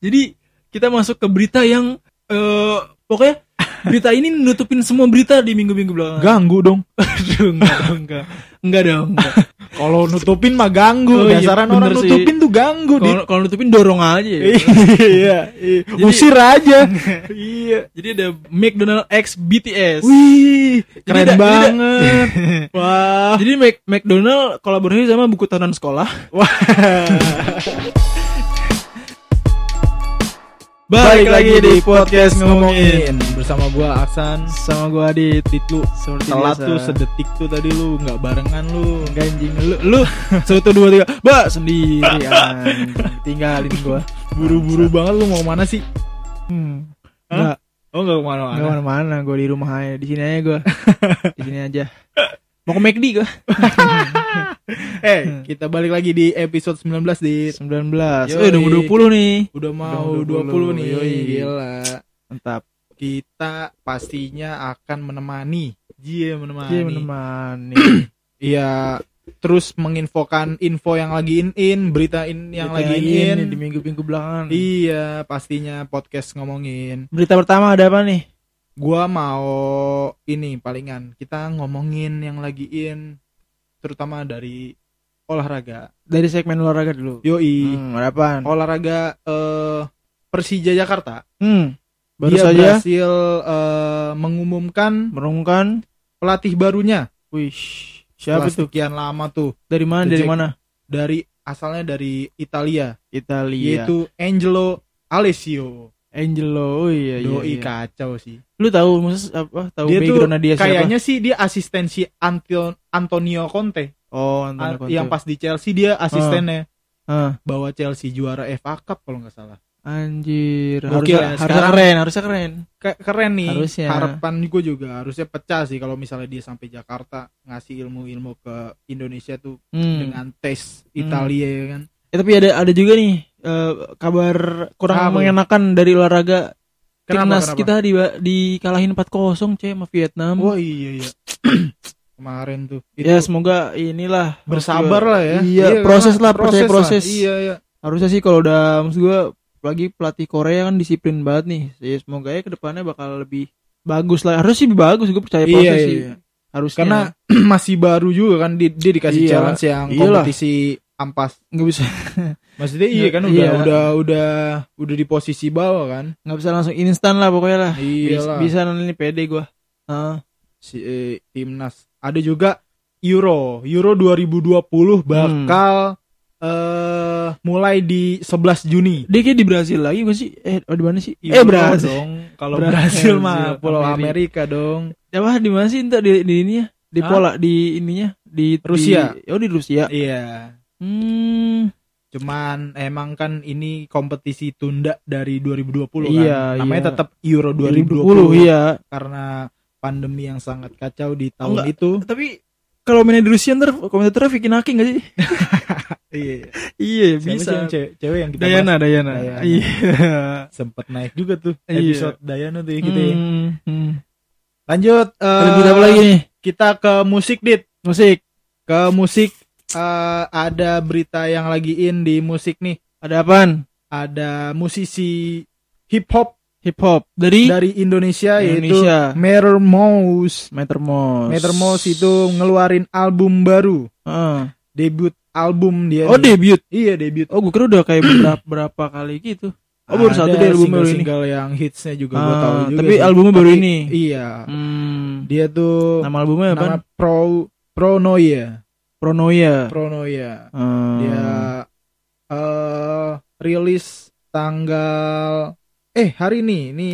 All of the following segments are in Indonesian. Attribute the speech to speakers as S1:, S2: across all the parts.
S1: Jadi kita masuk ke berita yang eh pokoknya berita ini nutupin semua berita di minggu-minggu belakang.
S2: Ganggu dong.
S1: Aduh, enggak, dong, enggak. Enggak dong. enggak.
S2: Kalau nutupin mah ganggu.
S1: Oh, iya,
S2: Dasaran
S1: bener
S2: orang
S1: sih.
S2: nutupin tuh ganggu. Dit.
S1: Kalau kalau nutupin dorong aja. Ya.
S2: iya, iya. usir aja. iya.
S1: Jadi ada McDonald X BTS.
S2: Wih, keren
S1: Jadi da-
S2: banget. Wah.
S1: Jadi Mac McDonald kolaborasi sama buku tahunan sekolah.
S2: Wah.
S1: Balik lagi di podcast ngomongin
S2: bersama gua Aksan.
S1: sama gua di
S2: Ditlu
S1: seperti
S2: telat
S1: biasa.
S2: tuh sedetik tuh tadi lu nggak barengan lu.
S1: Enggak anjing lu lu satu dua tiga ba sendiri anjing. tinggalin gua
S2: Buru-buru banget lu mau mana sih?
S1: hmm. nggak
S2: Hah? Oh nggak
S1: nggak
S2: kemana-mana.
S1: mana mana gua di rumah aja di sini aja gua di sini aja mau ke McD gua Hmm.
S2: Eh, kita balik lagi di episode 19 di
S1: 19
S2: Yoi.
S1: eh udah mau 20 nih
S2: udah mau
S1: 20
S2: 20, nih.
S1: yoi.
S2: Gila.
S1: mantap
S2: Kita pastinya akan menemani. Jie menemani.
S1: dia menemani
S2: Iya, terus menginfokan info yang lagi in in, berita in yang
S1: Berita
S2: lagi in in.
S1: di minggu-minggu belakangan
S2: Iya, pastinya podcast ngomongin.
S1: berita pertama ada apa nih
S2: Gua mau ini palingan kita ngomongin yang lagi in terutama dari olahraga.
S1: dari segmen olahraga dulu
S2: Yoi,
S1: hmm, ada apaan
S2: olahraga eh, Persija Jakarta
S1: hmm. baru
S2: dia
S1: saja
S2: berhasil eh, mengumumkan
S1: merungkan
S2: pelatih barunya.
S1: wih siapa
S2: Setelah
S1: tuh
S2: Sekian lama tuh
S1: dari mana
S2: The
S1: dari
S2: Jack-
S1: mana
S2: dari asalnya dari Italia.
S1: Italia
S2: yaitu Angelo Alessio.
S1: Angelo oh iya iya,
S2: Doi
S1: iya.
S2: kacau sih.
S1: lu tahu maksud apa tahu
S2: Dia tuh
S1: backgroundnya dia siapa
S2: Kayaknya sih dia asistensi Antio- Antonio Conte.
S1: oh
S2: A-
S1: Antonio Conte. Ah.
S2: Yang pas di Chelsea dia asistennya
S1: Hah,
S2: bawa Chelsea juara FA Cup kalau nggak salah.
S1: anjir
S2: Gokil
S1: harusnya,
S2: ya,
S1: harusnya
S2: sekarang.
S1: keren harusnya keren
S2: Ke- keren nih.
S1: Harusnya.
S2: Harapan gue juga harusnya pecah sih kalau misalnya dia sampai Jakarta ngasih ilmu-ilmu ke Indonesia tuh
S1: hmm.
S2: dengan tes
S1: Hmm.
S2: Italia ya kan.
S1: Eh, tapi ada ada juga nih eh, kabar kurang
S2: Apa?
S1: mengenakan dari olahraga
S2: Kenapa,
S1: timnas
S2: kenapa?
S1: kita di dikalahin 4-0 cuy sama Vietnam
S2: Wah iya iya. Kemarin tuh. Itu
S1: ya semoga inilah
S2: bersabar
S1: maksud
S2: lah ya.
S1: Iya, proses lah, percaya
S2: lah.
S1: proses.
S2: Iya iya.
S1: gua. harusnya sih kalau udah maksud gua lagi pelatih Korea kan disiplin banget nih ya, semoga ya kedepannya bakal lebih bagus lah harusnya sih lebih bagus gue percaya proses
S2: Iya,
S1: sih
S2: iya.
S1: harusnya
S2: karena masih baru juga kan di- dia, dikasih
S1: Iya.
S2: challenge yang
S1: Iyalah.
S2: kompetisi ampas
S1: nggak bisa
S2: maksudnya iya kan udah
S1: Iya.
S2: udah udah udah di posisi bawah kan
S1: nggak bisa langsung instan lah pokoknya lah bisa,
S2: iya
S1: bisa nanti pede gue Heeh.
S2: si eh, timnas ada juga Euro Euro 2020 bakal eh mulai di 11 Juni
S1: dia kayak di Brazil lagi gue sih eh oh, di mana sih
S2: Euro
S1: eh Brazil
S2: dong kalau
S1: Brazil,
S2: Brazil mah
S1: Amerika.
S2: Pulau Amerika dong
S1: apa di mana sih entar di, di ininya di
S2: Hah?
S1: pola di ininya di
S2: Rusia.
S1: di- oh di Rusia
S2: iya
S1: hmm
S2: cuman emang kan ini kompetisi tunda dari 2020 kan
S1: Iya,
S2: namanya
S1: iya.
S2: tetap Euro
S1: 2020
S2: 2020
S1: iya
S2: karena pandemi yang sangat kacau di tahun
S1: Enggak.
S2: itu.
S1: tapi kalau mainnya di Rusia ntar komentatornya Vicky Naki gak sih
S2: Iya,
S1: iya
S2: bisa.
S1: bisa
S2: cewek, cewek yang kita bahas
S1: Dayana Dayana
S2: Dayana.
S1: iya
S2: sempet naik juga tuh
S1: Iya.
S2: episode Dayana tuh ya kita. ya.
S1: Hmm, hmm.
S2: Lanjut
S1: ada
S2: eh,
S1: berita apa lagi nih
S2: Kita ke musik dit.
S1: musik
S2: Ke musik eh, ada berita yang lagi in di musik nih.
S1: ada apaan
S2: Ada musisi hip hop
S1: hip hop dari
S2: dari Indonesia,
S1: Indonesia
S2: yaitu Mirror Mouse.
S1: Meter Mouse
S2: Mirror Mouse itu ngeluarin album baru,
S1: Heeh.
S2: debut album dia.
S1: Ah. oh
S2: nih.
S1: debut
S2: Iya, debut.
S1: oh gue kira udah kayak berapa, berapa kali gitu oh baru satu deh
S2: Ada
S1: album baru ini
S2: single-single yang hitsnya juga gua
S1: Ah,
S2: tahu juga
S1: tapi
S2: sih.
S1: albumnya baru ini.
S2: iya
S1: Hmm,
S2: dia tuh
S1: nama albumnya apa?
S2: nama pro pronoia
S1: Pronoia.
S2: pronoia
S1: Hmm.
S2: dia
S1: Ah.
S2: eh rilis tanggal eh hari ini ini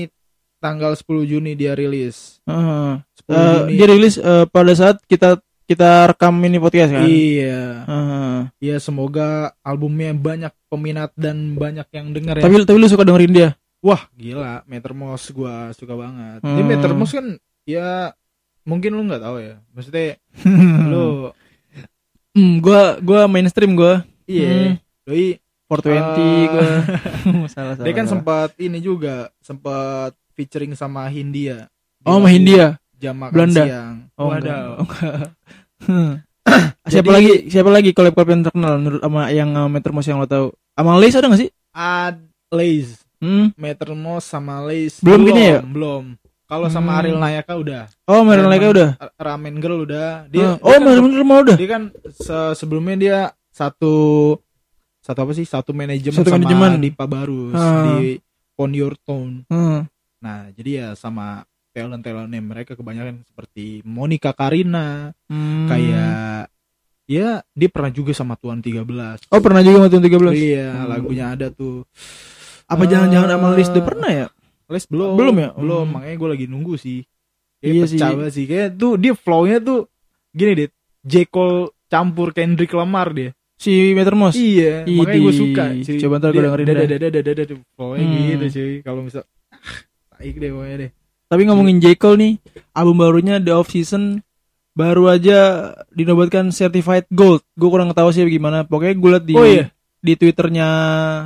S2: tanggal 10 Juni dia rilis
S1: Heeh.
S2: 10
S1: Eh,
S2: Juni
S1: dia rilis eh, pada saat kita kita rekam ini podcast kan. Ah.
S2: iya
S1: Heeh.
S2: ya semoga albumnya banyak peminat dan banyak yang denger ya
S1: Tapi tapi lu suka dengerin dia?
S2: Wah gila, Metermos gua suka banget. Tapi
S1: Hmm.
S2: Metermos kan ya mungkin lu nggak tahu ya. Maksudnya
S1: lu
S2: lu
S1: hmm, gua gua mainstream gua. Hmm.
S2: iya, doi
S1: 420
S2: Ah.
S1: gua. salah salah.
S2: dia kan
S1: salah.
S2: sempat ini juga sempat featuring sama Hindia.
S1: Oh, sama Hindia.
S2: Jam makan
S1: Belanda.
S2: siang.
S1: Oh,
S2: Wadaw.
S1: enggak. Enggak. siapa
S2: Jadi-
S1: eh, lagi siapa lagi collab collab yang terkenal menurut sama yang uh, Meter Mouse yang lo tahu? Sama Lace ada gak sih?
S2: Ad, Lays
S1: Hmm.
S2: Metermos sama Lays
S1: Belum gini ya?
S2: belum kalau sama
S1: Hmm.
S2: Ariel Nayaka udah
S1: Oh, Maroon
S2: Ramen-
S1: Like udah.
S2: Ra- Ramen Girl udah
S1: Ah.
S2: dia,
S1: oh,
S2: dia kan-
S1: Maroon Like mau udah.
S2: dia kan se- sebelumnya dia satu satu apa sih satu manajemen
S1: Satu
S2: sama
S1: manajemen.
S2: Dipa Barus
S1: Ah.
S2: di Pond Your Town
S1: Hmm.
S2: nah jadi ya sama talent-talentnya mereka kebanyakan seperti Monica Karina
S1: Hmm.
S2: kayak ya dia pernah juga sama Tuan 13
S1: Oh, pernah juga sama Tuan 13.
S2: iya
S1: Hmm.
S2: lagunya ada tuh
S1: Apa jangan-jangan sama
S2: Eh,
S1: Liz udah pernah ya?
S2: Les belum
S1: Belum ya?
S2: belum
S1: Hmm.
S2: makanya gue lagi nunggu sih
S1: Iya
S2: Kayaknya pecah
S1: sih.
S2: banget sih kayak tuh dia flownya tuh gini deh J Cole campur Kendrick Lamar dia
S1: Si Metermos.
S2: Iya,
S1: Ih,
S2: makanya gue
S1: di-
S2: suka. cuy.
S1: coba ntar gua
S2: Dia
S1: dengerin
S2: dada,
S1: dah.
S2: dada, dada, dada, pokoknya
S1: Hmm.
S2: gitu cuy. Kalau misal, taik deh pokoknya deh.
S1: Tapi ngomongin J. Cole nih, album barunya The Off Season baru aja dinobatkan certified gold. Gue kurang tahu sih gimana. Pokoknya gue liat di
S2: Oh iya.
S1: di twitternya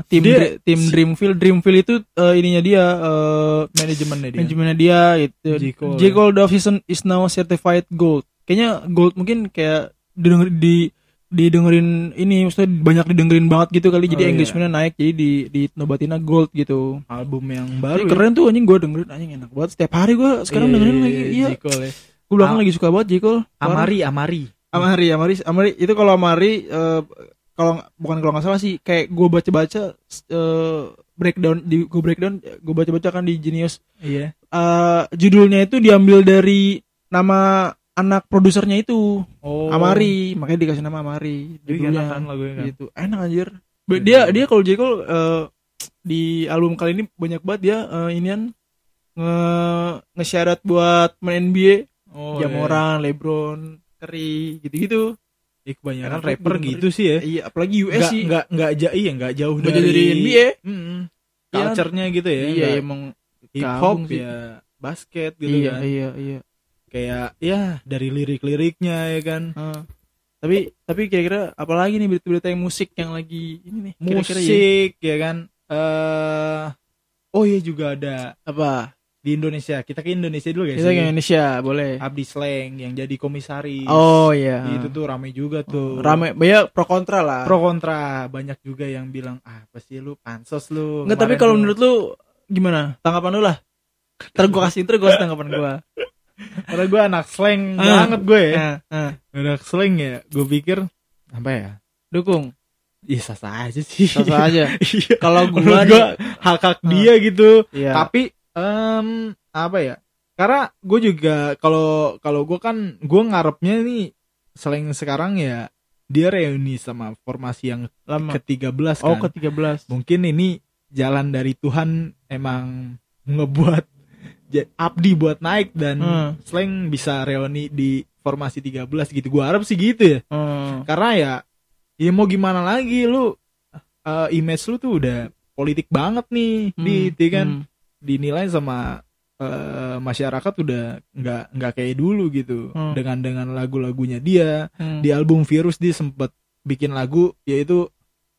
S1: tim
S2: Dia-
S1: Dre- tim Dreamfield. Dreamfield itu eh, ininya dia eh,
S2: Manajemennya dia.
S1: manajemennya dia itu.
S2: J. Cole. ya.
S1: J. Cole The Off Season is now certified gold. Kayaknya gold mungkin kayak didenger, di didengerin ini maksudnya banyak didengerin banget gitu kali jadi
S2: Oh, iya.
S1: engagementnya naik jadi di di nobatinnya gold gitu
S2: Album yang
S1: Tapi
S2: baru. ya.
S1: keren tuh anjing gue dengerin anjing enak banget setiap hari gue sekarang
S2: Iya,
S1: dengerin
S2: iya,
S1: lagi iya
S2: J. Cole ya.
S1: gue belakangan
S2: Am-
S1: lagi suka banget J Cole Parah.
S2: Amari, Amari.
S1: Amari Amari Amari itu kalau Amari eh, kalau nggak- bukan kalau nggak salah sih kayak gue baca-baca eh, breakdown di gue breakdown gue baca-baca kan di Genius
S2: Iya.
S1: Eh, judulnya itu diambil dari nama anak produsernya itu
S2: Oh.
S1: Amari makanya dikasih nama Amari
S2: Jadi
S1: judulnya
S2: enak kan lagunya kan. Iya,
S1: gitu enak anjir Be- dia dia kalau J Cole eh, di album kali ini banyak banget dia eh, inian nge ngesyarat buat main NBA
S2: Oh,
S1: Ya, Jamoran, LeBron, Curry gitu-gitu.
S2: Iya, kebanyakan
S1: Enak tuh,
S2: rapper
S1: dengerin.
S2: gitu sih ya.
S1: Iya, apalagi US
S2: Nggak,
S1: sih.
S2: nggak, nggak, ja- iya, nggak jauh
S1: Nggak
S2: dari,
S1: jauh dari NBA.
S2: Mm-mm.
S1: Iya.
S2: Culture-nya gitu ya.
S1: iya,
S2: nggak
S1: emang
S2: Hip hop
S1: gabung sih.
S2: ya, basket gitu
S1: iya,
S2: kan.
S1: iya, iya.
S2: Kayak ya dari lirik-liriknya ya kan.
S1: Heeh. tapi tapi kira-kira apalagi nih berita-berita yang musik yang lagi ini nih kira-kira ya?
S2: musik ya kan eh oh iya juga ada
S1: apa?
S2: di Indonesia kita ke Indonesia dulu guys
S1: Kita ke Indonesia boleh.
S2: Abdi Sleng yang jadi komisaris
S1: Oh iya. Oh,
S2: itu Gitu tuh rame juga tuh
S1: Rame, ya pro kontra lah.
S2: pro kontra banyak juga yang bilang ah apa sih lu pansos lu
S1: Nggak, tapi
S2: Kemarin
S1: kalau
S2: lu-
S1: menurut lu gimana? Tanggapan lu lah. Ntar gue kasih ntar gue kasih tanggapan gue.
S2: karena gue anak slang
S1: Ah.
S2: banget gue ya
S1: Nah, nah,
S2: anak slang ya gue pikir apa ya
S1: dukung.
S2: Iya sasa aja sih
S1: Sasa aja. Ah.
S2: Iya.
S1: Kalau gue
S2: Menurut gua hak hak dia gitu
S1: Iya.
S2: tapi em apa ya karena gue juga kalau kalau gue kan gue ngarepnya nih selain sekarang ya dia reuni sama formasi yang
S1: lama.
S2: ke-13 kan
S1: Oh, ke-13.
S2: mungkin ini jalan dari Tuhan emang ngebuat ja- Abdi buat naik dan
S1: Hmm.
S2: Slang bisa reuni di formasi 13 gitu gue harap sih gitu ya
S1: Hmm.
S2: karena ya ya mau gimana lagi lu eh, image lu tuh udah politik banget nih di,
S1: Hmm,
S2: di kan
S1: hmm.
S2: dinilai sama eh, masyarakat udah nggak nggak kayak dulu gitu
S1: Hmm.
S2: dengan dengan lagu-lagunya dia
S1: Hmm.
S2: di album virus dia sempet bikin lagu yaitu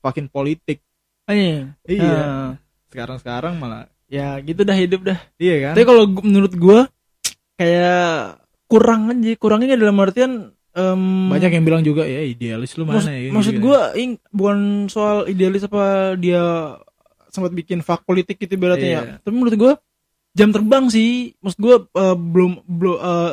S2: Fucking politik
S1: Anjing.
S2: iya
S1: Nah,
S2: sekarang sekarang malah
S1: ya gitu dah hidup dah.
S2: iya kan
S1: Tapi kalau gu- menurut gua kayak kurang aja, kurangnya dalam artian em,
S2: banyak yang bilang juga ya idealis lu mana
S1: hmm. maksud,
S2: ya
S1: maksud
S2: gitu.
S1: gua ing- bukan soal idealis apa dia sempat bikin fak politik gitu berarti ya.
S2: Iya.
S1: Tapi menurut gua jam terbang sih. Maksud gua eh, belum belum eh,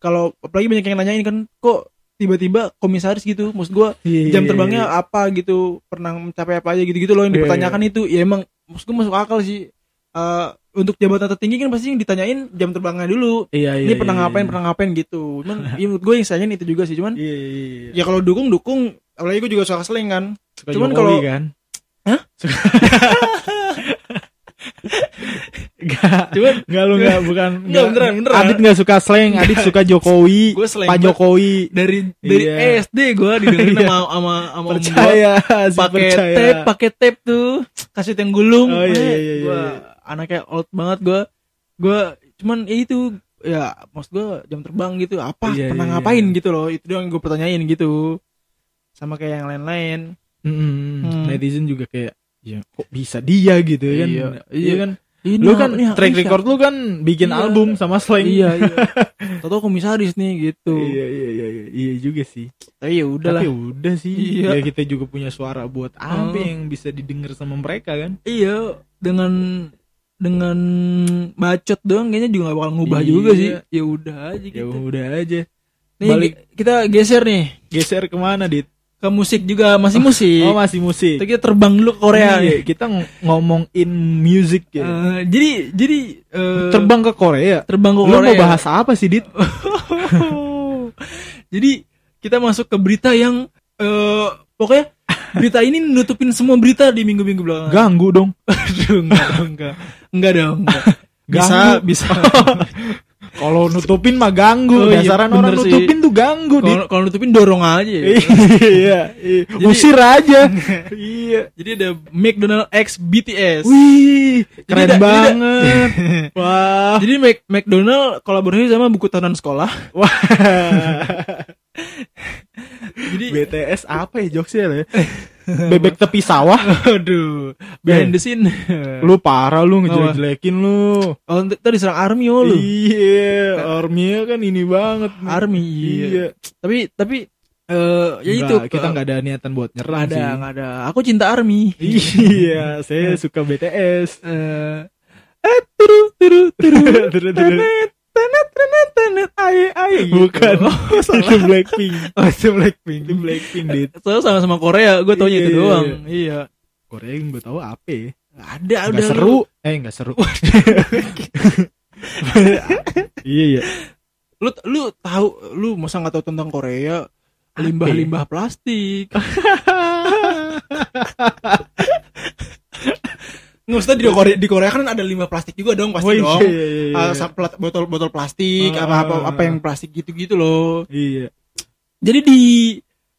S1: kalau apalagi banyak yang nanyain kan kok tiba-tiba komisaris gitu. Maksud gua
S2: Iya,
S1: jam
S2: iya,
S1: terbangnya
S2: iya.
S1: apa gitu pernah mencapai apa aja gitu-gitu loh yang
S2: Iya,
S1: dipertanyakan itu ya emang maksud gue masuk akal sih Eh, untuk jabatan tertinggi kan pasti yang ditanyain jam terbangnya dulu
S2: iya, iya,
S1: ini
S2: iya,
S1: pernah
S2: iya,
S1: ngapain
S2: iya.
S1: pernah ngapain gitu cuman ya, menurut gue yang sayangin itu juga sih cuman
S2: iya, iya, iya.
S1: ya kalau dukung dukung apalagi gue juga suka seling kan
S2: Suka
S1: cuman
S2: Jokowi,
S1: kalau-
S2: kan
S1: Hah?
S2: Suka- Nggak.
S1: cuman
S2: Enggak lu enggak bukan
S1: Nggak, beneran, beneran.
S2: Adit enggak suka slang, Adit suka Jokowi.
S1: Gua slang
S2: Pak
S1: banget.
S2: Jokowi.
S1: dari dari
S2: Iya.
S1: SD gue didengerin
S2: Iya.
S1: sama sama sama om
S2: Percaya,
S1: gua.
S2: sih
S1: pakai
S2: percaya.
S1: tape pakai tape tuh kasih yang gulung
S2: Oh, iya,
S1: Eh,
S2: iya, iya,
S1: gua
S2: iya.
S1: anaknya old banget gue gue cuman ya itu ya maksud gue jam terbang gitu apa
S2: Iya,
S1: pernah
S2: iya,
S1: ngapain
S2: iya.
S1: gitu loh itu doang gue pertanyain gitu sama kayak yang lain-lain
S2: Mm-mm.
S1: Hmm.
S2: Netizen juga kayak ya kok bisa dia gitu ya kan.
S1: Iya, iya.
S2: kan.
S1: Ini
S2: lu kan
S1: ini
S2: track
S1: ya, Aisyah.
S2: record lu kan bikin
S1: Iya.
S2: album sama slang
S1: Iya, iya. Tahu komisaris nih gitu.
S2: iya iya iya iya, iya juga sih
S1: Tapi ya udahlah.
S2: tapi udah sih
S1: Iya.
S2: ya kita juga punya suara buat apa
S1: Hmm.
S2: yang bisa didengar sama mereka kan
S1: Iya, dengan dengan bacot doang kayaknya juga gak bakal ngubah
S2: Iya.
S1: juga sih. Ya udah aja
S2: ya
S1: gitu.
S2: udah aja
S1: Nih
S2: balik.
S1: ge- kita geser nih
S2: geser kemana dit
S1: ke musik juga masih musik.
S2: oh masih musik
S1: Kita terbang dulu ke Korea nih.
S2: Iya, kita ng- ngomongin music ya
S1: Eh, jadi jadi eh,
S2: terbang ke Korea
S1: terbang ke
S2: lu
S1: Korea.
S2: mau bahas apa sih dit
S1: Jadi kita masuk ke berita yang eh pokoknya berita ini nutupin semua berita di minggu-minggu belakangan.
S2: ganggu dong
S1: Aduh, enggak, enggak. Enggak dong. enggak.
S2: Ganggu.
S1: bisa.
S2: kalau nutupin mah ganggu
S1: Oh, iya,
S2: dasaran
S1: bener
S2: orang
S1: sih.
S2: nutupin tuh ganggu dit
S1: Kalau kalau nutupin dorong aja. ya.
S2: iya, iya.
S1: Jadi-
S2: usir aja iya
S1: Jadi ada McDonald X BTS.
S2: wih
S1: Jadi da-
S2: keren
S1: jadi da-
S2: banget wah
S1: Jadi Mac- McDonald kolaborasi sama buku tahunan sekolah.
S2: wah
S1: Jadi
S2: BTS apa ya jokesnya ya bebek tepi sawah
S1: aduh, behind the scene.
S2: lu parah lu ngejelek-jelekin lu
S1: Oh, ntar ntar diserang army oh lu.
S2: iya arminya kan ini banget nih.
S1: Army.
S2: iya
S1: Tapi tapi eh ya itu
S2: Nggak, kita nggak ada niatan buat
S1: Nggak
S2: nyerah
S1: ada,
S2: sih
S1: nggak ada. Aku cinta army.
S2: iya saya suka BTS
S1: Eh, eh turu turu turu.
S2: Turu, turu.
S1: Tenet, tenet, tenet, tenet, aye, aye. gitu.
S2: bukan
S1: Oh, salah.
S2: itu Blackpink
S1: Oh, itu Blackpink.
S2: itu Blackpink dit
S1: Soalnya sama-sama Korea, gue taunya
S2: Iya,
S1: itu
S2: iya,
S1: doang.
S2: iya.
S1: Iya.
S2: Korea yang gue tahu apa ya?
S1: Nggak ada,
S2: Nggak
S1: udah.
S2: seru eh nggak seru iya iya
S1: Lu, lu, lu tahu, lu masa nggak tahu tentang Korea? Limbah-limbah plastik. Nggak usah di Korea, di Korea kan ada limbah plastik juga dong pasti
S2: Woi,
S1: dong.
S2: iya, iya, iya.
S1: Ah, sa- plat- botol-botol plastik,
S2: Ah,
S1: apa, apa
S2: ah,
S1: apa yang plastik gitu-gitu loh.
S2: Iya.
S1: Jadi di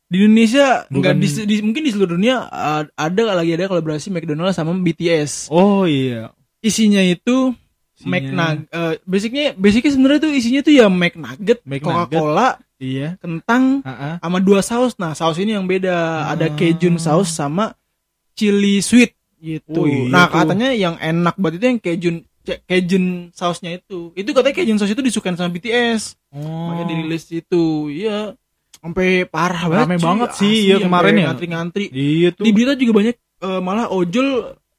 S1: di Indonesia
S2: Bukan-
S1: enggak di, di- mungkin di seluruh dunia uh, ada lagi ada kolaborasi McDonald's sama BTS.
S2: Oh iya.
S1: Isinya itu McNug eh, basicnya basicnya sebenarnya tuh isinya tuh ya McNugget,
S2: McNugget.
S1: Coca-Cola,
S2: Iya.
S1: kentang
S2: Heeh.
S1: sama dua saus. Nah, saus ini yang beda. Ada
S2: Ah.
S1: Cajun saus sama chili sweet gitu.
S2: Oh, iya
S1: nah,
S2: tuh.
S1: katanya yang enak buat itu yang Cajun ce- Cajun sausnya itu. Itu katanya Cajun saus itu disukain sama BTS.
S2: Oh.
S1: Makanya dirilis itu, iya. Sampai parah banget.
S2: Rame
S1: cuy.
S2: banget sih,
S1: Asli,
S2: iya,
S1: sampai
S2: kemarin ya.
S1: Ngantri-ngantri.
S2: Iya tuh.
S1: Di berita juga banyak eh, malah ojol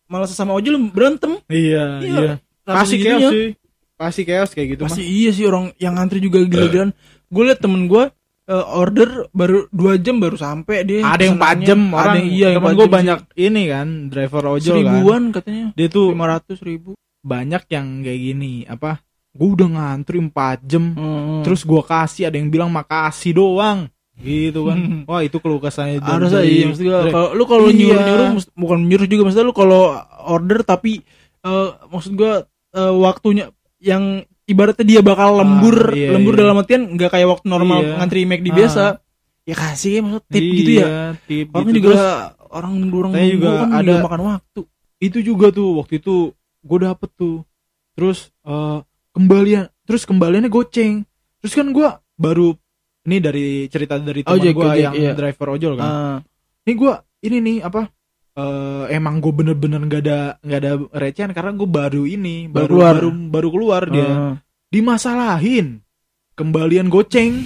S1: malah sesama ojol berantem.
S2: Iya,
S1: Iya.
S2: iya. Pasti
S1: Sampai
S2: chaos
S1: segitunya.
S2: sih. Pasti chaos kayak gitu
S1: Pasti iya sih orang yang ngantri juga gila-gilaan.
S2: Eh.
S1: Gue liat temen gue eh, order baru 2 jam baru sampai dia.
S2: mah. Ada yang
S1: pesenannya.
S2: pajem orang.
S1: Ada yang iya yang
S2: Temen
S1: pajem
S2: gue
S1: sih.
S2: banyak ini kan driver ojol kan.
S1: seribuan katanya.
S2: Dia tuh
S1: 500 ribu.
S2: banyak yang kayak gini apa? Gue udah ngantri 4 jam.
S1: Terus
S2: Terus gua kasih ada yang bilang makasih doang. Gitu kan.
S1: Hmm.
S2: Wah, itu keluh kesahnya dari-
S1: harus aja
S2: dari
S1: maksud gua,
S2: driver.
S1: kalau lu kalau
S2: Iya.
S1: nyuruh-nyuruh mus- bukan nyuruh juga maksudnya lu kalau order tapi eh, maksud gua eh, waktunya yang ibaratnya dia bakal lembur
S2: iya,
S1: lembur
S2: iya.
S1: dalam artian nggak kayak waktu normal
S2: Iya.
S1: ngantri McD
S2: Ah.
S1: biasa. Ya kasih maksud tip gitu ya.
S2: Iya, Tip
S1: Orang
S2: gitu.
S1: juga
S2: Terus
S1: orang orang
S2: saya juga
S1: nunggu kan
S2: ada-
S1: makan waktu.
S2: itu juga tuh waktu itu gue dapet tuh terus eh, kembalian terus kembaliannya goceng terus kan gue baru ini dari cerita dari teman
S1: Ojek,
S2: gue
S1: ojek,
S2: yang
S1: iya.
S2: driver ojol kan
S1: Ah,
S2: ini gue ini nih apa eh, emang gue bener-bener nggak ada nggak ada recehan karena gue baru ini
S1: Baru
S2: baru
S1: keluar.
S2: baru baru keluar dia
S1: ah.
S2: dimasalahin kembalian goceng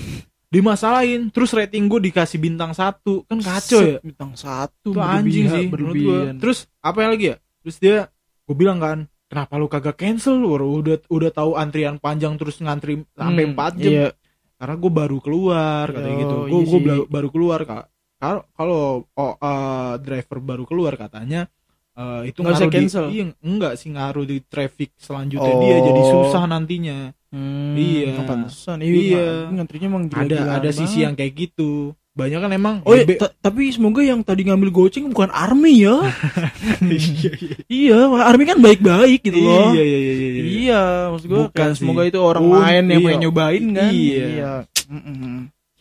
S2: dimasalahin terus rating gue dikasih bintang satu kan kacau ya
S1: Set, Bintang satu
S2: itu anjing
S1: berlebihan,
S2: sih menurut gua.
S1: berlebihan.
S2: terus apa yang lagi ya terus dia gue bilang kan kenapa lu kagak cancel lu udah udah tahu antrian panjang terus ngantri sampai
S1: Hmm,
S2: 4 jam
S1: iya.
S2: karena gue baru keluar katanya
S1: Oh,
S2: gitu
S1: iya
S2: gue
S1: sih.
S2: baru keluar kak kalau kalau oh, eh, driver baru keluar katanya eh, itu
S1: Nggak usah
S2: ngaruh di-
S1: cancel.
S2: iya, enggak sih ngaruh di traffic selanjutnya
S1: Oh.
S2: dia jadi susah nantinya
S1: Hmm,
S2: Iya.
S1: pantesan.
S2: Iya.
S1: Iya. Ngantrinya emang
S2: ada
S1: gila-gilaan
S2: ada sisi
S1: banget.
S2: yang kayak gitu banyak kan emang
S1: Oh iya,
S2: bebe-
S1: ta- tapi semoga yang tadi ngambil goceng bukan Army ya.
S2: Iya, iya.
S1: iya, malah Army kan baik-baik gitu loh.
S2: Iya, iya, iya, iya, iya.
S1: Iya, maksud gue
S2: Bukan
S1: kayak
S2: sih.
S1: semoga itu orang
S2: Un-
S1: lain yang
S2: iya.
S1: pengen nyobain kan.
S2: Iya.
S1: Mm-mm.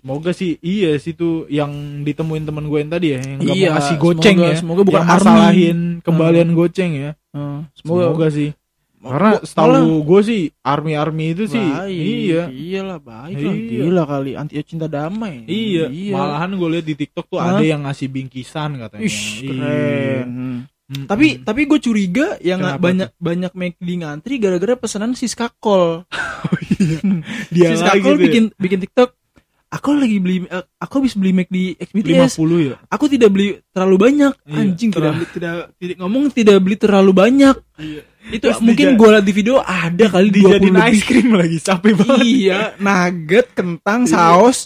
S2: Semoga sih iya sih tuh yang ditemuin teman gue yang tadi ya yang gak
S1: Iya,
S2: mau kasih goceng
S1: semoga-
S2: ya.
S1: semoga bukan
S2: yang
S1: Army.
S2: masalahin kembalian goceng ya.
S1: Eh,
S2: Semoga,
S1: semoga,
S2: sih. Karena
S1: Gua- malah
S2: setahu gue sih army-army itu sih
S1: baik.
S2: iya.
S1: Iyalah baik lah.
S2: Iya.
S1: Gila kali anti ya cinta damai.
S2: Iya, malahan gue lihat di TikTok tuh
S1: Iya. Hah?
S2: ada yang ngasih bingkisan katanya.
S1: Ish,
S2: Iya.
S1: keren. Iya. Hmm. Tapi tapi gue curiga yang
S2: Kenapa
S1: banyak banyak McD ngantri gara-gara pesanan Siska Kol.
S2: dia
S1: Siska
S2: lagi
S1: Kol
S2: tuh ya.
S1: bikin bikin TikTok. Aku lagi beli eh, aku habis beli McD XBTS.
S2: 50 ya.
S1: Aku tidak beli terlalu banyak.
S2: Iya,
S1: Anjing tidak
S2: terlalu- Iya.
S1: beli- tidak tidak ngomong tidak beli terlalu banyak. Itu
S2: Terus
S1: mungkin
S2: dija-
S1: gue liat di video ada kali 20
S2: Dijadiin
S1: lebih.
S2: ice cream lagi, capek banget.
S1: Iya, nugget, kentang,
S2: Iya.
S1: saus,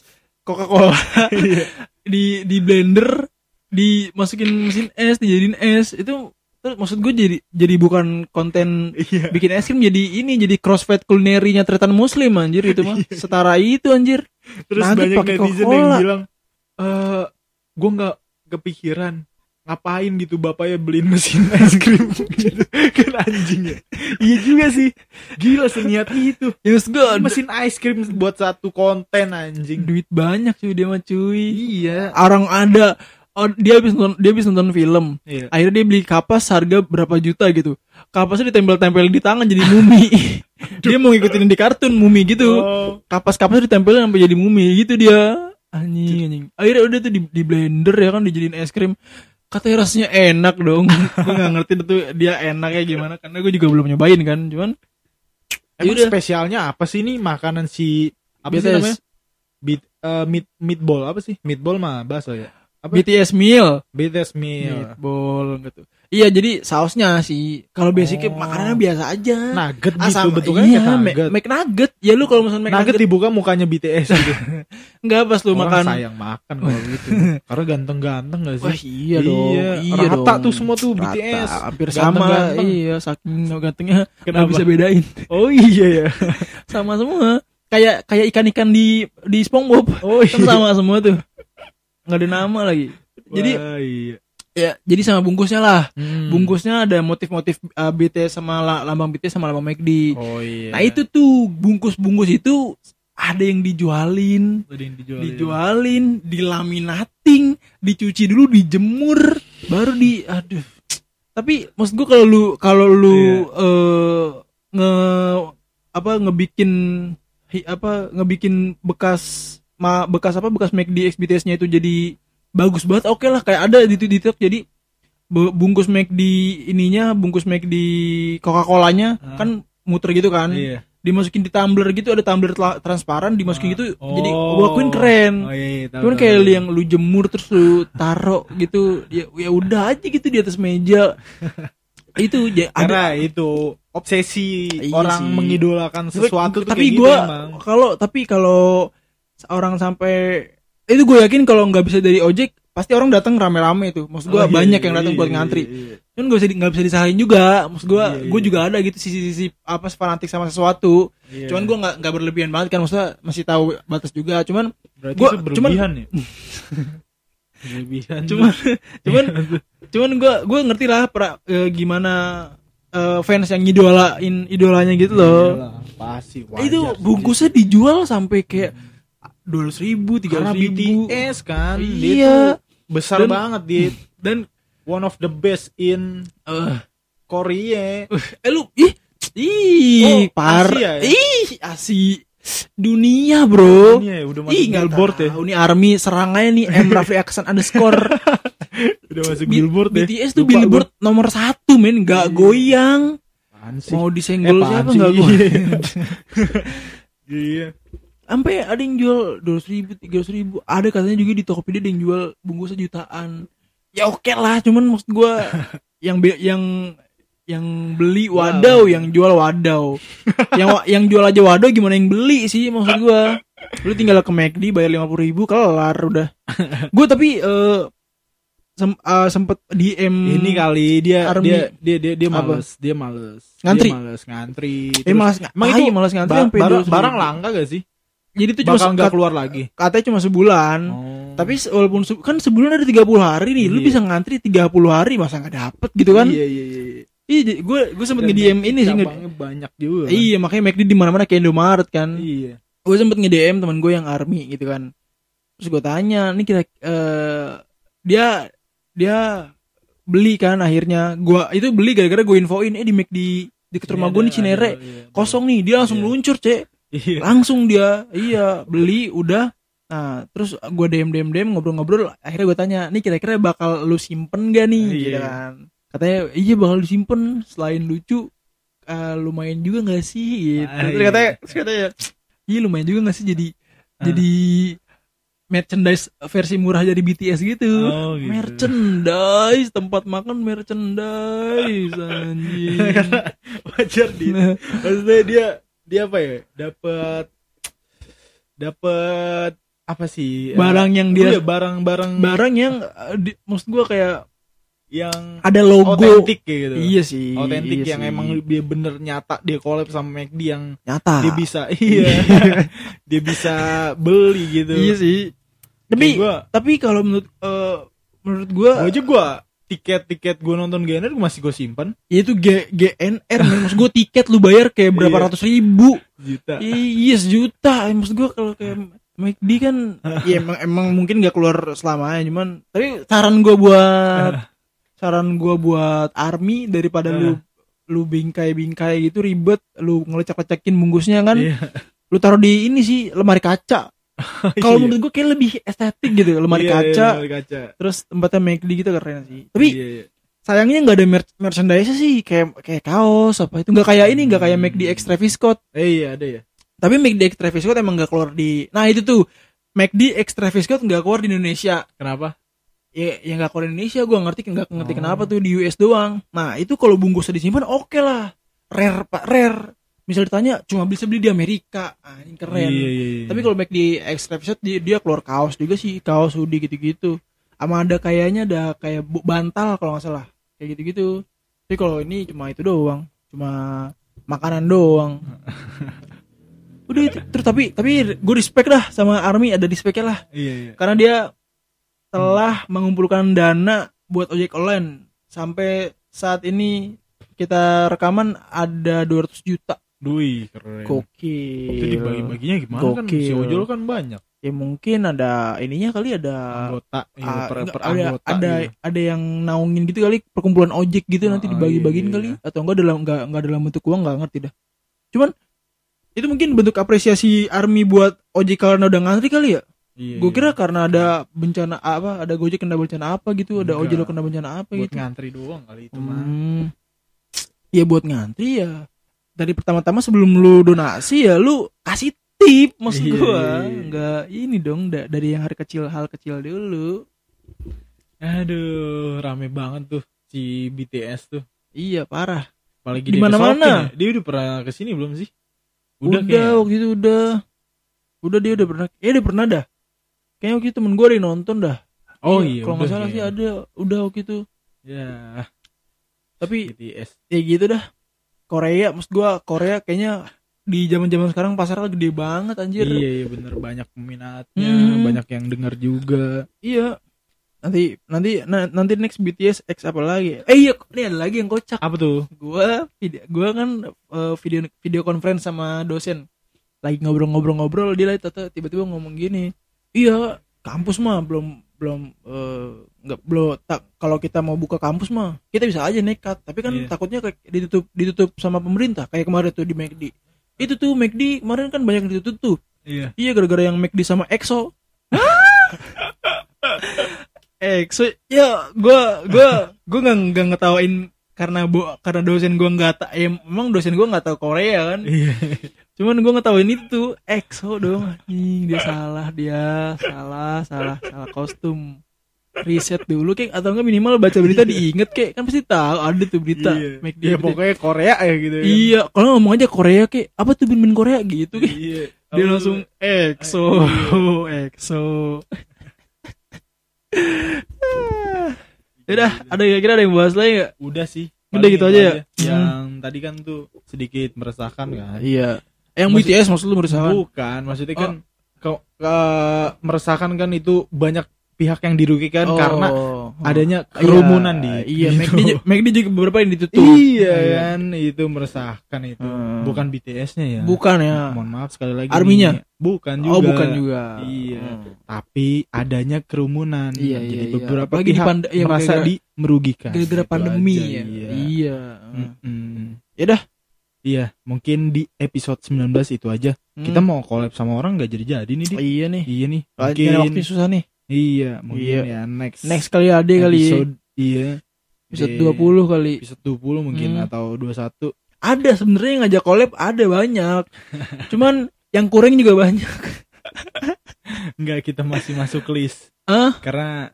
S1: Coca-Cola di di blender, dimasukin mesin es, dijadiin es. Itu terus maksud gue jadi jadi bukan konten
S2: Iya.
S1: bikin es krim jadi ini jadi crossfit kulinerinya tretan muslim anjir itu mah
S2: Iya.
S1: setara itu anjir
S2: Terus
S1: Nugget
S2: banyak
S1: pakai
S2: netizen yang
S1: Coca-Cola.
S2: bilang, eh gue nggak kepikiran ngapain gitu bapaknya beliin mesin es krim gitu. kan anjing ya iya juga sih gila seniat itu
S1: ya maksud gue
S2: mesin ice cream buat satu konten anjing
S1: duit banyak cuy dia mah cuy
S2: iya
S1: orang ada oh, dia habis nonton dia habis nonton film
S2: iya
S1: akhirnya dia beli kapas harga berapa juta gitu kapasnya ditempel-tempel di tangan jadi mumi dia mau ngikutin di kartun mumi gitu
S2: Oh,
S1: kapas-kapasnya ditempel sampai jadi mumi gitu dia anjing anjing akhirnya udah tuh di, di blender ya kan dijadiin es krim katanya rasanya enak dong gue nggak ngerti tuh dia enaknya gimana karena gue juga belum nyobain kan cuman
S2: emang
S1: Yaudah.
S2: spesialnya apa sih nih makanan si apa sih
S1: BTS.
S2: namanya Beat, eh, meat, meatball apa sih meatball mah bahasa ya Apa? Iya.
S1: BTS meal
S2: BTS meal
S1: meatball gitu iya jadi sausnya sih kalau basicnya
S2: Oh.
S1: makanannya biasa aja
S2: nugget gitu
S1: asam
S2: betul
S1: iya,
S2: kan
S1: Mac-
S2: nugget
S1: McNugget ya lu kalau misalnya
S2: nugget
S1: McNugget
S2: dibuka mukanya BTS gitu
S1: Enggak pas lu
S2: Orang
S1: makan.
S2: sayang makan kalau gitu karena ganteng-ganteng gak sih
S1: Wah iya dong. Iya
S2: rata
S1: dong.
S2: tuh semua tuh
S1: Rata,
S2: BTS
S1: hampir sama.
S2: Ganteng-ganteng.
S1: Iya, saking gantengnya
S2: Kenapa?
S1: nggak bisa bedain.
S2: oh iya ya
S1: Sama semua. Kayak kayak ikan-ikan di di SpongeBob.
S2: oh
S1: Kan sama semua tuh. Enggak ada nama lagi. Jadi
S2: Wah, iya.
S1: ya jadi sama bungkusnya lah.
S2: Hmm.
S1: Bungkusnya ada motif-motif uh, BTS sama la- lambang BTS sama lambang McD.
S2: oh iya
S1: Nah, itu tuh bungkus-bungkus itu ada yang dijualin.
S2: Tadi yang dijual
S1: dijualin, dilaminating, dicuci dulu, dijemur, baru di aduh. Tapi maksud gua kalau lu kalau lu
S2: Iya.
S1: eh, nge apa ngebikin hi- apa ngebikin bekas ma, bekas apa bekas McD XBTS-nya itu jadi bagus banget. Oke lah kayak ada di di TikTok jadi be- bungkus McD ininya, bungkus McD Coca-Colanya
S2: Ah.
S1: kan muter gitu kan
S2: iya.
S1: dimasukin di tumbler gitu ada tumbler tla- transparan dimasukin gitu
S2: Oh.
S1: jadi gua akuin keren
S2: oh iya, iya, tahu,
S1: cuman
S2: tahu,
S1: kayak
S2: tahu.
S1: lu yang lu jemur terus lu taruh gitu ya ya udah aja gitu di atas meja itu ya
S2: karena
S1: ada
S2: itu obsesi
S1: Iya
S2: orang
S1: sih.
S2: mengidolakan sesuatu tuh
S1: tapi
S2: kayak
S1: gua
S2: gitu emang.
S1: kalau tapi kalau orang sampai itu gue yakin kalau nggak bisa dari ojek pasti orang datang rame-rame itu maksud gua
S2: Oh, iya,
S1: banyak
S2: iya,
S1: yang datang
S2: iya,
S1: buat
S2: iya,
S1: ngantri
S2: iya, iya.
S1: cuman nggak bisa di- nggak bisa disalahin juga maksud gua
S2: Iya,
S1: gua
S2: iya.
S1: juga ada gitu sisi-sisi apa fanatik sama sesuatu
S2: Iya.
S1: cuman gua nggak nggak berlebihan banget kan maksudnya masih tahu batas juga cuman
S2: Berarti
S1: gua-
S2: itu
S1: cuman-
S2: berlebihan ya berlebihan Iya
S1: cuman cuman cuman gue gue ngerti lah pra- eh, gimana eh, fans yang idolain idolanya gitu loh
S2: Iyalah, pasti wajar
S1: itu
S2: sih.
S1: bungkusnya dijual sampai kayak dua ribu tiga
S2: karena
S1: ribu
S2: BTS kan dia
S1: Iya.
S2: tuh besar
S1: Dan-
S2: banget dia
S1: dan
S2: one of the best in
S1: eh,
S2: Korea
S1: eh lu ih ih
S2: Oh,
S1: par
S2: Asia ya?
S1: ih asi dunia bro
S2: Ini ya, udah masuk
S1: Ih, nggak
S2: billboard ya
S1: tahu nih army serang aja nih M Rafli Aksan underscore
S2: udah masuk
S1: Bi-
S2: billboard ya
S1: BTS tuh
S2: Lupa
S1: billboard nomor satu men nggak
S2: Iya.
S1: goyang
S2: gua. Apaan sih?
S1: mau
S2: eh
S1: disenggol
S2: apaan
S1: siapa
S2: sih
S1: nggak goyang
S2: iya
S1: sampai ada yang jual dua ribu tiga ribu ada katanya juga di Tokopedia ada yang jual bungkusnya jutaan ya oke lah cuman maksud gua yang be- yang yang beli wadaw yang jual wadaw yang wa- yang jual aja wadaw gimana yang beli sih maksud gua lu tinggal ke McD bayar lima puluh ribu kelar udah gua tapi eh, sem- eh, sempet DM
S2: ini kali dia
S1: Hmm. Army.
S2: dia dia dia dia
S1: Apa?
S2: males dia males
S1: Ngantri.
S2: dia males ngantri
S1: eh
S2: Terus
S1: malas
S2: Emang
S1: emang
S2: itu
S1: itu malas ngantri
S2: ba-
S1: sampai
S2: barang,
S1: 200.000.
S2: barang langka gak sih
S1: jadi itu cuma
S2: bakal nggak
S1: sekat-
S2: keluar Oh. lagi
S1: katanya cuma sebulan Tapi se- walaupun se- kan sebulan ada 30 hari nih, lu
S2: Iya.
S1: bisa ngantri 30 hari masa nggak dapet gitu kan?
S2: iya iya iya iya.
S1: Iya, gue gue sempet
S2: Dan gitu
S1: nge-DM ini sih. nge-
S2: cabangnya banyak juga kan?
S1: Iya, makanya McD di mana-mana kayak Indomaret kan.
S2: iya
S1: Gue sempet nge-DM teman gue yang army gitu kan. Terus gue tanya, "Ini kita eh, dia dia beli kan akhirnya. Gua itu beli gara-gara gue infoin eh di McD deket rumah
S2: Iya,
S1: gue nih
S2: ada-
S1: Cinere
S2: ada- iya, ada.
S1: kosong nih, dia langsung
S2: Iya.
S1: meluncur, Cek.
S2: iya
S1: langsung dia iya beli udah nah terus gua dm dm dm ngobrol ngobrol akhirnya gue tanya nih kira-kira bakal lu simpen gak nih
S2: Iya.
S1: gitu kan katanya iya bakal disimpan selain lucu eh, lumayan juga nggak sih gitu.
S2: Ah,
S1: Terus
S2: iya.
S1: katanya terus katanya iya lumayan juga nggak sih jadi
S2: Ah.
S1: jadi merchandise versi murah dari BTS gitu.
S2: Oh, gitu.
S1: Merchandise tempat makan merchandise anjing.
S2: wajar di
S1: Nah,
S2: maksudnya dia dia apa ya dapat dapat apa sih
S1: barang yang
S2: Eh,
S1: dia
S2: iya, barang-barang
S1: barang yang eh, di- maksud gua kayak
S2: yang
S1: ada logo
S2: otentik kayak gitu
S1: Iya sih.
S2: otentik
S1: iya
S2: yang
S1: sih.
S2: emang dia bener nyata dia collab sama McD yang
S1: nyata.
S2: dia bisa iya dia bisa beli gitu
S1: Iya sih. Tapi
S2: Kayak gua
S1: tapi kalau menurut eh, menurut gua,
S2: gua aja gua tiket-tiket gua nonton Gainer masih gua simpen
S1: ya itu G- GNR men. maksud gua tiket lu bayar kayak berapa
S2: Iya.
S1: ratus ribu.
S2: juta
S1: Iya sejuta. Maksud gua kalau kayak McD kan ya
S2: Iya,
S1: emang emang mungkin gak keluar selamanya cuman tapi saran gua buat saran gua buat army daripada lu
S2: Iya.
S1: lu bingkai-bingkai gitu ribet lu ngelecek-lecekin bungkusnya kan
S2: Iya.
S1: lu taruh di ini sih lemari kaca kan? kalau
S2: Iya.
S1: menurut gue kayak lebih estetik gitu lemari
S2: Iya, iya,
S1: kaca
S2: lemari kaca
S1: terus tempatnya McD gitu keren sih tapi
S2: Iya, iya.
S1: sayangnya nggak ada mer- merchandise sih kayak kayak kaos apa itu nggak kayak ini nggak kayak
S2: Hmm.
S1: McD X Travis Scott
S2: eh iya ada ya
S1: tapi McD X Travis Scott emang nggak keluar di nah itu tuh McD X Travis Scott nggak keluar di Indonesia
S2: kenapa
S1: ya yang nggak keluar di Indonesia gue ngerti nggak ngerti
S2: Oh.
S1: kenapa tuh di US doang nah itu kalau bungkusnya disimpan oke lah rare pak rare misal ditanya cuma bisa beli di Amerika ah, ini keren
S2: Iya, iya, iya.
S1: tapi kalau back di extra episode dia, dia keluar kaos juga sih kaos hoodie gitu-gitu sama ada kayaknya ada kayak bu- bantal kalau nggak salah kayak gitu-gitu tapi kalau ini cuma itu doang cuma makanan doang udah itu terus tapi tapi gue respect lah sama army ada respectnya lah
S2: iya, iya.
S1: karena dia telah mengumpulkan dana buat ojek online sampai saat ini kita rekaman ada 200 juta
S2: Dui, keren.
S1: Gokil
S2: Itu dibagi-baginya gimana kan?
S1: Gokil.
S2: Si ojol kan banyak
S1: ya mungkin ada ininya kali ada
S2: anggota, iya,
S1: ah,
S2: per,
S1: enggak,
S2: per
S1: ada
S2: anggota.
S1: ada
S2: gitu.
S1: ada yang naungin gitu kali perkumpulan ojek gitu nanti
S2: Ah,
S1: dibagi-bagiin
S2: iya,
S1: kali
S2: iya.
S1: atau enggak dalam enggak enggak dalam bentuk uang enggak ngerti dah cuman itu mungkin bentuk apresiasi army buat ojek karena udah ngantri kali ya
S2: Iya,
S1: gue
S2: iya.
S1: kira karena ada bencana apa ada gojek kena bencana apa gitu ada
S2: Enggak.
S1: ojek lo kena bencana apa
S2: buat
S1: gitu
S2: ngantri doang kali itu mah.
S1: Hmm. ya buat ngantri ya dari pertama-tama sebelum lu donasi ya lu kasih tip maksud
S2: Iya,
S1: gua
S2: iya, iya.
S1: nenggak ini dong da- dari yang hari kecil hal kecil dulu
S2: Aduh, rame banget tuh si BTS tuh.
S1: iya parah
S2: Apalagi
S1: Di
S2: dia
S1: mana-mana.
S2: kesokin ya. Dia udah pernah kesini belum sih?
S1: udah,
S2: Udah, kayaknya.
S1: waktu itu udah udah dia udah pernah ya dia pernah dah kayaknya waktu itu temen gua ada yang nonton dah
S2: Oh iya.
S1: kalau nggak
S2: udah
S1: salah sih ada
S2: kayaknya.
S1: udah waktu itu
S2: Ya,
S1: tapi
S2: BTS.
S1: ya gitu dah Korea maksud gua Korea kayaknya di zaman zaman sekarang pasarnya gede banget anjir
S2: Iya, iya bener banyak peminatnya,
S1: Hmm.
S2: banyak yang dengar juga.
S1: Iya. nanti nanti na- nanti next BTS X apa lagi eh iya ini ada lagi yang kocak
S2: Apa tuh?
S1: gua video gua kan eh, video video conference sama dosen lagi ngobrol-ngobrol-ngobrol dia lagi tata- tiba-tiba ngomong gini iya kampus mah belum belum eh, nggak belum tak kalau kita mau buka kampus mah kita bisa aja nekat tapi kan
S2: Iya.
S1: takutnya kayak ditutup ditutup sama pemerintah kayak kemarin tuh di McD itu tuh McD kemarin kan banyak yang ditutup tuh
S2: Iya.
S1: Iya gara-gara yang McD sama EXO. EXO ya gua gua gua nggak nggak ngetawain karena bo, karena dosen gua nggak tak ya, emang dosen gua nggak tahu Korea kan.
S2: Iya.
S1: Cuman gua ngetawain itu EXO dong. Anjing, dia salah dia salah salah salah kostum. Riset dulu kek atau enggak minimal baca berita diinget kek kan pasti tahu ada tuh berita
S2: Iya.
S1: McD.
S2: Ya,
S1: gitu.
S2: pokoknya Korea ya gitu kan.
S1: Iya, kalau ngomong aja Korea kek apa tuh bin-bin Korea gitu kek
S2: Iya.
S1: dia langsung EXO EXO Yaudah, Ya ada kira-kira ada yang bahas lagi gak?
S2: udah sih
S1: Udah gitu
S2: Paling itu
S1: aja ya?
S2: yang tadi kan tuh sedikit meresahkan kan
S1: Iya. Oh. Yang
S2: Maksud-
S1: BTS maksud lu meresahkan?
S2: bukan maksudnya kan kau ke- meresahkan kan itu banyak pihak yang dirugikan karena adanya kerumunan di
S1: Oh.
S2: gitu.
S1: Iya,
S2: di
S1: McD,
S2: situ.
S1: ju- McD juga beberapa yang ditutup.
S2: iya kan itu meresahkan itu
S1: Hmm.
S2: bukan BTS-nya ya
S1: Bukan ya.
S2: mohon maaf sekali lagi
S1: Arminya?
S2: nih. bukan juga
S1: Oh, bukan juga.
S2: Iya.
S1: Hmm.
S2: tapi adanya kerumunan
S1: Iya,
S2: jadi
S1: iya, iya.
S2: beberapa
S1: Apalagi di
S2: pihak
S1: pand- iya,
S2: merasa
S1: gara-gara-
S2: di merugikan
S1: Gara-gara
S2: Itu
S1: pandemi
S2: aja,
S1: ya.
S2: iya.
S1: Iya. Ya
S2: Mm-mm.
S1: Yaudah.
S2: Iya, mungkin di episode 19 itu aja. Kita
S1: Hmm.
S2: mau collab sama orang nggak jadi-jadi nih, Dik.
S1: Iya nih.
S2: Iya nih.
S1: Mungkin
S2: Mungkin
S1: waktu susah nih.
S2: iya, mungkin
S1: Iya.
S2: ya next.
S1: Next kali ada kali.
S2: episode iya.
S1: episode
S2: Di-
S1: 20 kali
S2: episode 20 mungkin
S1: Hmm.
S2: atau 21
S1: ada sebenarnya yang ngajak collab ada banyak cuman yang kurang juga banyak
S2: enggak kita masih masuk list
S1: ah
S2: karena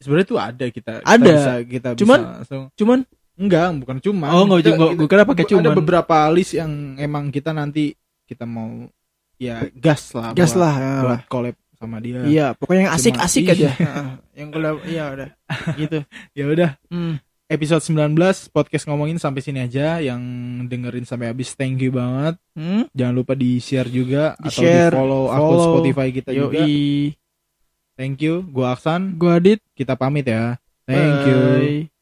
S2: sebenarnya tuh ada kita kita
S1: Ada.
S2: bisa, kita bisa
S1: Cuman-
S2: langsung
S1: cuman
S2: enggak bukan cuma
S1: oh nggak juga gue kira pakai
S2: ada
S1: cuman
S2: beberapa list yang emang kita nanti kita mau ya gas lah
S1: gas
S2: buat,
S1: lah ya lah.
S2: buat collab sama dia
S1: iya pokoknya yang asik-asik
S2: Cuma-
S1: aja
S2: iya.
S1: Ah, yang collab iya udah gitu
S2: ya udah
S1: Hmm.
S2: episode 19 podcast ngomongin sampai sini aja yang dengerin sampai habis thank you banget
S1: Hmm?
S2: jangan lupa di share juga atau di
S1: Di-share,
S2: follow, akun
S1: follow.
S2: Spotify kita juga
S1: Yoi.
S2: thank you gua Aksan
S1: Gua Adit.
S2: kita pamit ya thank you
S1: Bye.